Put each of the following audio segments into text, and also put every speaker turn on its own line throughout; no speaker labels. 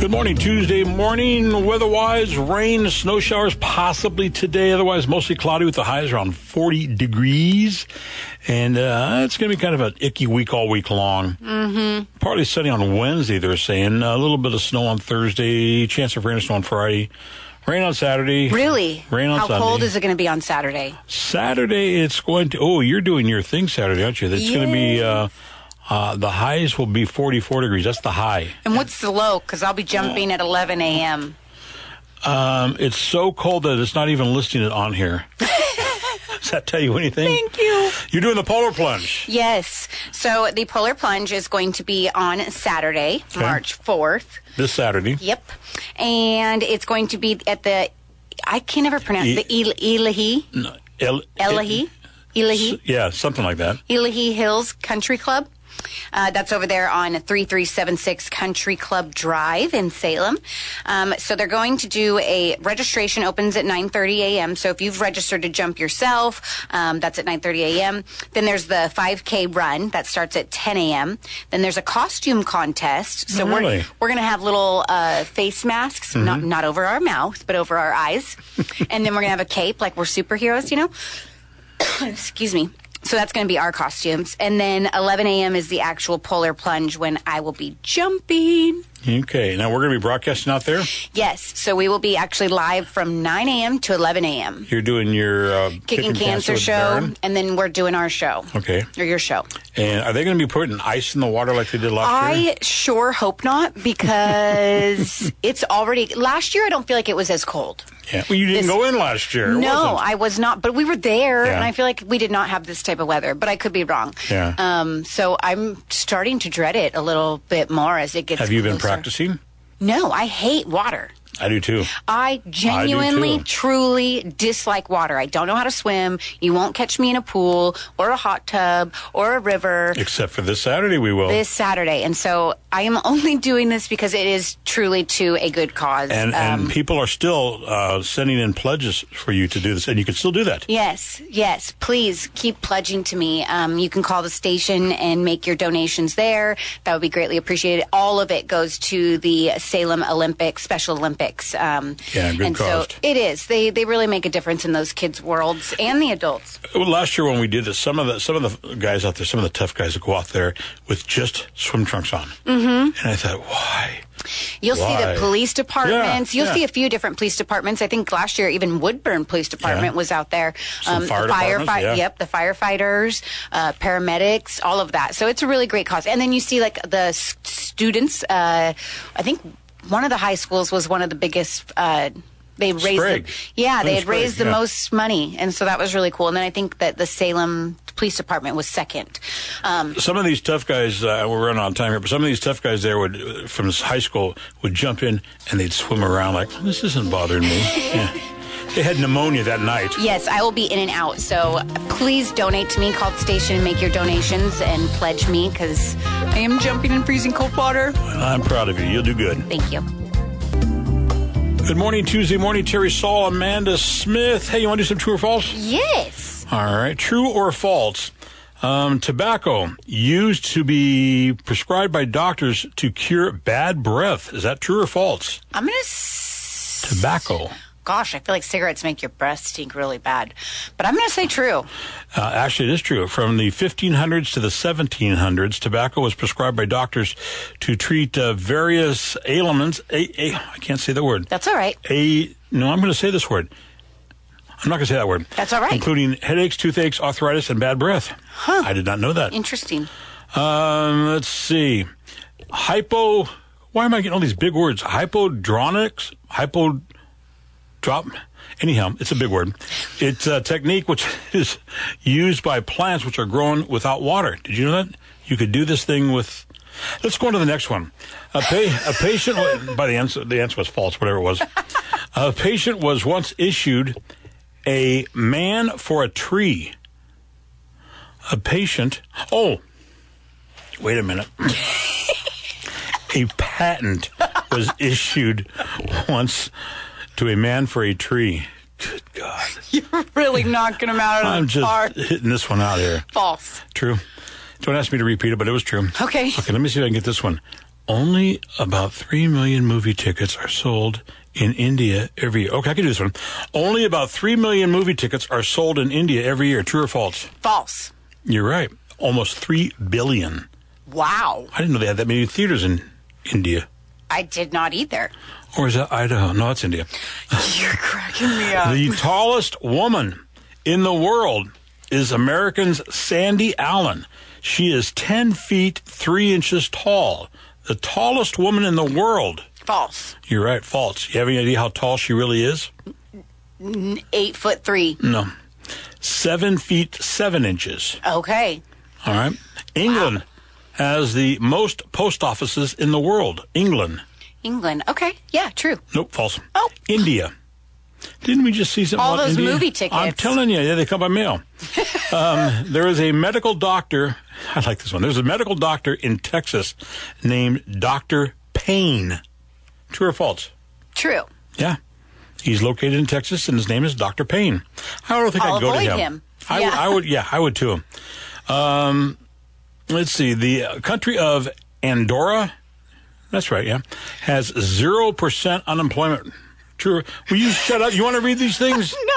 Good morning, Tuesday morning. Weather-wise, rain, snow showers possibly today. Otherwise, mostly cloudy with the highs around 40 degrees. And uh, it's going to be kind of an icky week all week long. Mm-hmm. Partly sunny on Wednesday, they're saying. A little bit of snow on Thursday. Chance of rain or snow on Friday. Rain on Saturday.
Really?
Rain on
How
Sunday.
cold is it going to be on Saturday?
Saturday, it's going to. Oh, you're doing your thing Saturday, aren't you? That's going to be. Uh, uh, the highs will be 44 degrees. That's the high.
And what's the low? Because I'll be jumping at 11 a.m.
Um, it's so cold that it's not even listing it on here. Does that tell you anything?
Thank you.
You're doing the polar plunge.
Yes. So the polar plunge is going to be on Saturday, March 4th.
This Saturday.
Yep. And it's going to be at the, I can never pronounce
E-
the El- Elahi,
No, El-
Elahi,
S-
Elahi,
yeah, something like that.
Elahi Hills Country Club. Uh, that's over there on 3376 Country Club Drive in Salem. Um, so they're going to do a registration opens at 9:30 a.m. So if you've registered to jump yourself, um, that's at 9:30 a.m. Then there's the 5K run that starts at 10 a.m. Then there's a costume contest. So
Oh, really?
we're we're gonna have little uh, face masks, not not over our mouth, but over our eyes, and then we're gonna have a cape like we're superheroes, you know. Excuse me. So that's going to be our costumes. And then 11 a.m. is the actual polar plunge when I will be jumping.
Okay, now we're going to be broadcasting out there.
Yes. So we will be actually live from 9 a.m. to 11 a.m.
You're doing your uh,
Kicking Cancer,
with
show.
Darren.
And then we're doing our show.
Okay,
Or your show.
and are they going to be putting ice in the water like they did last year?
I sure hope not because it's already. Last year, I don't feel like it was as cold.
Yeah. Well, you didn't
This-
go in last year. It
No,
wasn't.
I was not. But we were there,
Yeah.
and I feel like we did not have this type of weather. But I could be wrong.
Yeah.
Um. So I'm starting to dread it a little bit more as it gets.
Have you been
closer.
practicing?
No, I hate water.
I do too.
I genuinely,
too.
truly dislike water. I don't know how to swim. You won't catch me in a pool or a hot tub or a river
Except for this Saturday, we will.
this Saturday. And so I am only doing this because it is truly to a good cause.
and
Um,
and people are still uh, sending in pledges for you to do this, and you can still do that.
Yes, yes. Please keep pledging to me. Um, you can call the station and make your donations there. That would be greatly appreciated. All of it goes to the Salem Olympics, Special Olympics. Um,
Yeah, good
and
cause.
so it is. They they really make a difference in those kids' worlds and the adults.
Well, last year when we did this, some of the some of the guys out there, some of the tough guys that go out there with just swim trunks on, mm-hmm. and I thought, why?
You'll see
Why?
the police departments.
Yeah,
You'll
yeah.
see a few different police departments. I think last year even Woodburn Police Department
Yeah.
was out there. Um,
Some fire
the
departments, yeah.
Yep, the firefighters, uh, paramedics, all of that. So it's a really great cause. And then you see like the s- students. Uh, I think one of the high schools was one of the biggest. Uh, they raised,
Sprague.
The, yeah,
In
they had
Sprague,
raised the
yeah.
most money, and so that was really cool. And then I think that the Salem Police Department was second. Um,
Some of these tough guys, uh, we're running on time here, but some of these tough guys there would from this high school would jump in and they'd swim around like this isn't bothering me. yeah. They had pneumonia that night.
Yes, I will be in and out. So please donate to me. Call the station and make your donations and pledge me because I am jumping in freezing cold water.
I'm proud of you. You'll do good.
Thank you.
Good morning, Tuesday morning. Terry Saul, Amanda Smith. Hey, you want to do some true or false?
Yes.
All right. True or false? Um, tobacco used to be prescribed by doctors to cure bad breath. Is that true or false?
I'm going to. S-
Tobacco.
Gosh, I feel like cigarettes make your breath stink really bad. But I'm going to say true.
Uh, actually, it is true. From the 1500s to the 1700s, tobacco was prescribed by doctors to treat uh, various ailments. A, a, I can't say the word.
That's all right.
A, no, I'm going to say this word. I'm not going to say that word.
That's all right.
Including headaches, toothaches, arthritis, and bad breath. Huh. I did not know that.
Interesting.
Um, let's see. Hypo. Why am I getting all these big words? Hypodronics. Hypo. Drop. Anyhow, it's a big word. It's a technique which is used by plants which are grown without water. Did you know that? You could do this thing with. Let's go on to the next one. A, pa- a patient. by the answer, the answer was false. Whatever it was, a patient was once issued a man for a tree. A patient. Oh, Wait a minute. a patent was issued once to a man for a tree. Good God.
Really knocking them out
I'm
of the
just
park.
hitting this one out here.
False.
True. Don't ask me to repeat it, but it was true.
Okay.
Okay, let me see if I can get this one. Only about 3 million movie tickets are sold in India every year. Okay, I can do this one. Only about 3 million movie tickets are sold in India every year. True or false?
False.
You're right. Almost 3 billion.
Wow.
I didn't know they had that many theaters in India.
I did not either.
Or is that Idaho? No, it's India.
You're cracking me up.
The tallest woman in the world is American's Sandy Allen. She is 10 feet 3 inches tall. The tallest woman in the world.
False.
You're right, false. You have any idea how tall she really is?
Eight foot three.
No. 7 feet 7 inches.
Okay.
All right. England has the most post offices in the world. England.
England. Okay. Yeah, true.
Nope, false.
Oh.
India. Didn't we just see something
All
about
those
India?
movie tickets.
I'm telling you, yeah, they come by mail. um, there is a medical doctor. I like this one. There's a medical doctor in Texas named Doctor Payne. True or false?
True.
Yeah, he's located in Texas, and his name is Doctor Payne. I don't think
I'll
would go to
avoid
him.
him.
I, would,
Yeah.
I would. Yeah, I would too. Um, let's see. The uh, country of Andorra. That's right. Yeah, has zero percent unemployment. True. Will you shut up? You want to read these things?
No.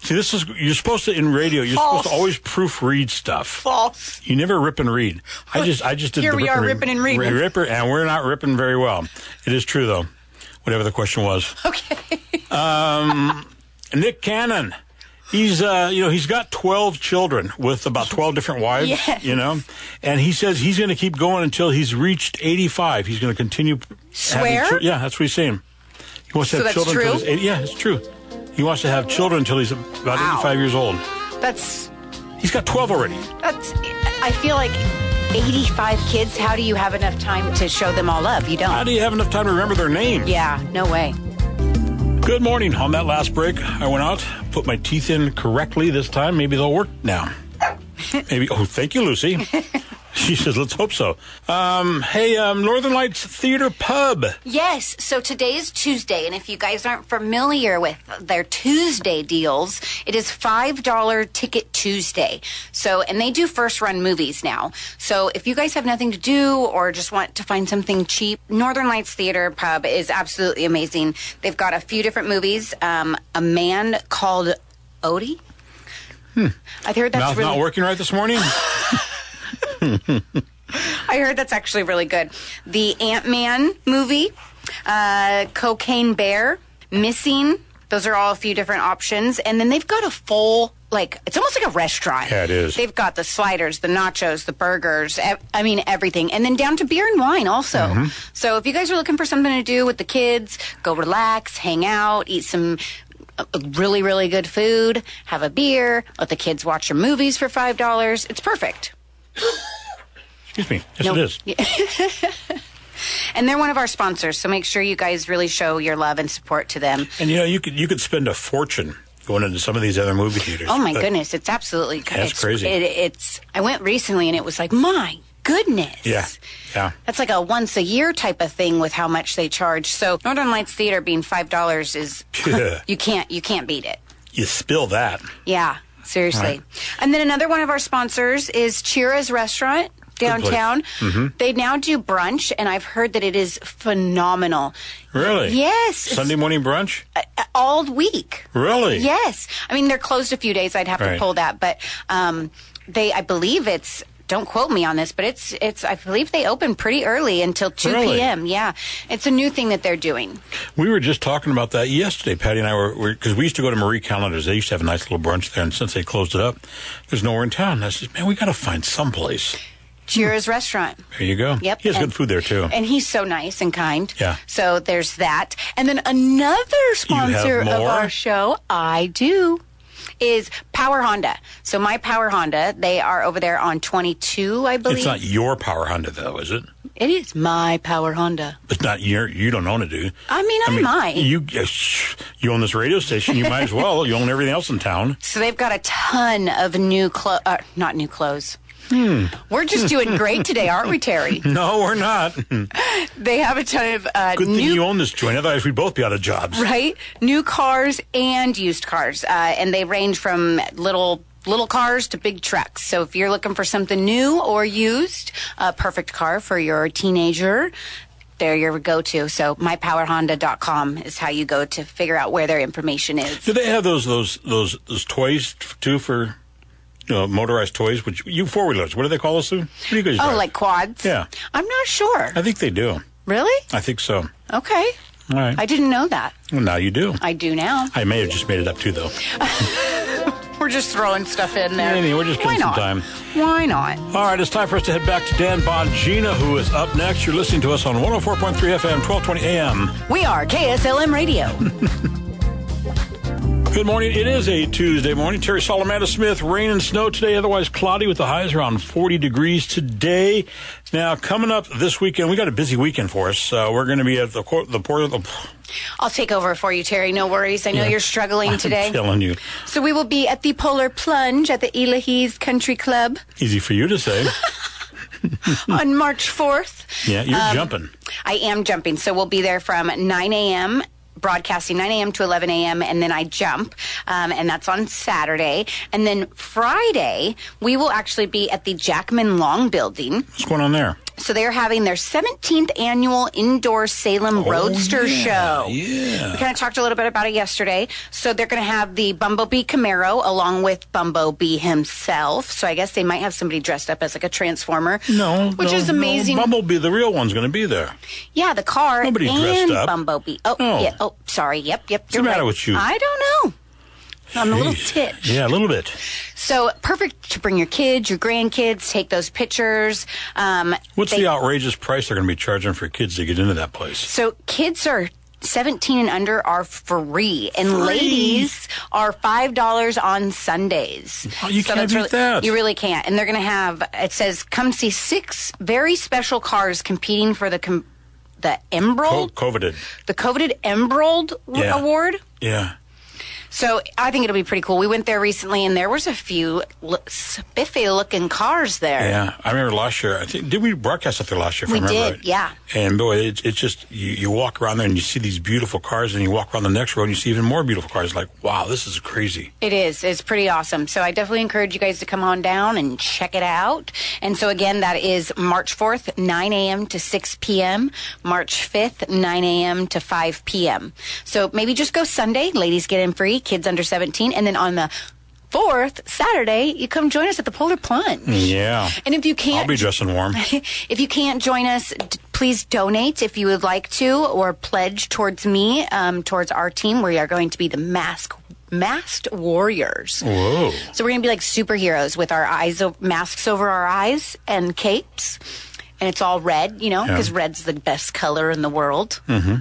See, this is you're supposed to in radio. You're supposed to
False.
always proofread stuff.
False.
You never rip and read. I just, I just did.
Here
the
we
rip
are,
and read.
ripping and reading.
Ri- Ripper, and we're not ripping very well. It is true though. Whatever the question was. Um,
Okay.
Nick Cannon. He's uh, you know, he's got 12 children with about 12 different wives,
Yes.
you know. And he says he's going to keep going until he's reached 85. He's going to continue having
Swear?
chil- yeah, that's what he's saying. He wants to
So
have
that's
children until
true?
he's eight- Yeah, it's true. He wants to have children until he's about
Wow.
85 years old.
That's
He's got 12 already.
that's I feel like 85 kids, how do you have enough time to show them all love? You
How
don't.
do you have enough time to remember their names?
Yeah, no way.
Good morning. On that last break, I went out, put my teeth in correctly this time. Maybe they'll work now. Maybe. Oh, thank you, Lucy. she says, let's hope so. Um, hey, um, Northern Lights Theater Pub.
Yes, so today is Tuesday, and if you guys aren't familiar with their Tuesday deals, it is $5 Ticket Tuesday. So, and they do first run movies now. So, if you guys have nothing to do or just want to find something cheap, Northern Lights Theater Pub is absolutely amazing. They've got a few different movies. Um, a man called Odie. Hmm. I heard that's
Mouth
really
not working right this morning?
I heard that's actually really good. The Ant Man movie, uh, Cocaine Bear, Missing. Those are all a few different options. And then they've got a full, like, it's almost like a restaurant.
Yeah, it is.
They've got the sliders, the nachos, the burgers, ev- I mean, everything. And then down to beer and wine also.
Mm-hmm.
So if you guys are looking for something to do with the kids, go relax, hang out, eat some. uh, Really, really good food. Have a beer. Let the kids watch your movies for five dollars. It's perfect.
Excuse me. Yes,
No.
it is.
And they're one of our sponsors, so make sure you guys really show your love and support to them.
And you know, you could you could spend a fortune going into some of these other movie theaters.
Oh my
but-
goodness, it's absolutely
That's
it's,
crazy.
It, it's I went recently and it was like my goodness.
Yeah. Yeah.
That's like a once a year type of thing with how much they charge. So Northern Lights Theater being five dollars is
Yeah.
you can't you can't beat it.
You spill that.
Yeah, seriously.
Right.
And then another one of our sponsors is Chira's Restaurant downtown.
Mm-hmm.
They now do brunch, and I've heard that it is phenomenal.
Really?
Yes, it's- Uh,
Sunday morning brunch?
all week.
Really?
Yes. I mean, they're closed a few days. I'd have
Right.
to pull that, but um, they, I believe it's. Don't quote me on this, but it's it's. I believe they open pretty early until two
Really?
p.m. Yeah, it's a new thing that they're doing.
We were just talking about that yesterday. Patty and I were because we used to go to Marie Callender's. They used to have a nice little brunch there, and since they closed it up, there's nowhere in town. And I said, "Man, we got to find someplace."
Chira's restaurant.
There you go.
Yep.
He has
and-
good food there too.
And he's so nice and kind.
Yeah.
So there's that. And then another sponsor of
more?
our show, I do, is Power Honda. So my Power Honda, they are over there on 22, I believe.
it's not your power Honda though, is it?
It is my Power Honda.
It's not your. You don't own it, do you?
I mean, I, might.
You uh, you own this radio station. You might as well. You own everything else in town.
so they've got a ton of new clothes, uh, not new clothes.
Hmm.
We're just doing great today, aren't we, Terry?
No, we're not. Good
They have a ton of uh,
thing
new
you own this joint. Otherwise, we'd both be out of jobs.
right? New cars and used cars, uh, and they range from little little cars to big trucks. So if you're looking for something new or used, a perfect car for your teenager. they're your go-to. So mypowerhonda.com is how you go to figure out where their information is.
Do they have those those those those toys f- too for you know, motorized toys? Which you four wheelers? What do they call those? Sue? What do you guys?
Oh,
drive?
like quads?
Yeah.
I'm not sure.
I think they do.
Really?
I think so.
Okay.
All right.
I didn't know that.
well, now you do.
I do now.
I may have just made it up too, though.
We're just throwing stuff in there.
Anyway, we're just
Why
killing some
not?
time.
Why not?
All right, it's time for us to head back to Dan Bongina, who is up next. You're listening to us on 104.3 FM, 1220 AM.
We are KSLM Radio.
Good morning. It is a Tuesday morning. Terry Solomata Smith, rain and snow today, otherwise cloudy with the highs around 40 degrees today. Now, coming up this weekend, we got a busy weekend for us. Uh, we're going to be at the court, the port, the,
I'll take over for you, Terry. No worries. I know
Yeah.
you're struggling
I'm
today.
telling you.
So we will be at the Polar Plunge at the Elahis Country Club
Easy for you to say. Hmm.
on March 4th.
Yeah, you're
Um,
jumping.
I am jumping. So we'll be there from 9 a.m. Broadcasting 9 a.m. to 11 a.m. and then I jump, um, and that's on Saturday. And then Friday we will actually be at the Jackman Long Building.
What's going on there?
So they're having their 17th annual indoor Salem Roadster Show. We
Oh, Yeah.
kind of talked a little bit about it yesterday. So they're going to have the Bumblebee Camaro along with Bumblebee himself. So I guess they might have somebody dressed up as like a transformer.
No,
which
no,
is
no.
amazing.
Bumblebee, the real one's going to be there.
yeah, the car
Nobody
and
dressed up.
Bumblebee. Oh,
No.
yeah. Oh, sorry. Yep, yep.
the
you're
matter
right.
with you?
I don't know. I'm a little
Jeez.
titch.
Yeah, a little bit.
So perfect to bring your kids, your grandkids, take those pictures. Um,
What's
they-
the outrageous price they're going to be charging for kids to get into that place?
So kids are 17 and under are free, and ladies are five dollars on Sundays.
Oh, you can't
that's
beat
really,
that.
You really can't. And they're going to have. It says, "Come see six very special cars competing for the com- the
Co-
Emerald,
coveted.
the coveted Emerald w-
Yeah.
Award."
Yeah.
So I think it'll be pretty cool. We went there recently, and there was a few l- spiffy looking cars there.
Yeah, I remember last year. I think did we broadcast up there last year? If
We
I remember
did,
right?
yeah.
And boy, it's it's just you, you walk around there and you see these beautiful cars, and you walk around the next road and you see even more beautiful cars. Like, wow, this is crazy.
It is. It's pretty awesome. So I definitely encourage you guys to come on down and check it out. And so again, that is March 4th, 9 a.m. to 6 p.m. March 5th, 9 a.m. to 5 p.m. So maybe just go Sunday. Ladies get in free, kids under 17. And then on the 4th, Saturday, you come join us at the Polar Plunge.
Yeah.
And if you can't
I'll be dressing warm.
if you can't join us, d- please donate if you would like to, or pledge towards me, um, towards our team. We are going to be the mask masked warriors.
Whoa.
So we're gonna be like superheroes with our eyes o- masks over our eyes and capes, and it's all red, you know,
Yeah.
because red's the best color in the world. Mm-hmm.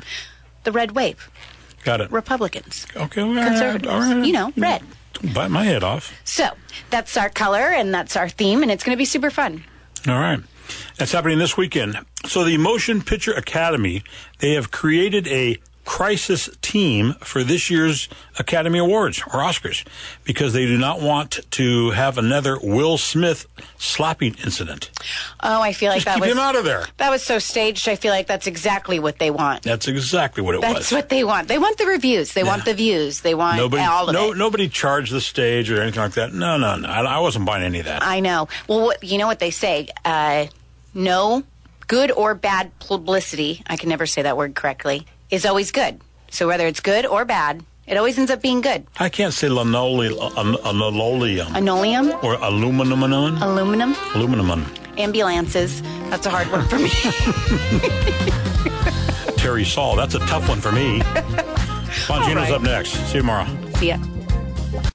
The red wave,
Got it.
Republicans,
Okay. All right,
conservatives,
all right.
you know, red.
Don't bite my head off.
So that's our color and that's our theme, and it's gonna be super fun.
All right. That's happening this weekend. So the Motion Picture Academy, they have created a crisis team for this year's Academy Awards or Oscars because they do not want to have another Will Smith slapping incident.
Oh, I feel like
Just
that
keep
was
him out of there.
That was so staged. I feel like that's exactly what they want.
That's exactly what it
That's
was.
what they want. They want the reviews. They want the views. They want
nobody
all of
no
it.
nobody charged the stage or anything like that. No, no, no. I, I wasn't buying any of that.
I know. Well, what, you know what they say? Uh, no good or bad publicity. I can never say that word correctly. Is always good. So whether it's good or bad, it always ends up being good.
I can't say linoleum, um, uh, linoleum
Anoleum,
or aluminum,
aluminum,
aluminum.
ambulances. That's a hard one for me.
Terry Saul. That's a tough one for me. Bongino's
right.
up next. See you tomorrow.
See ya.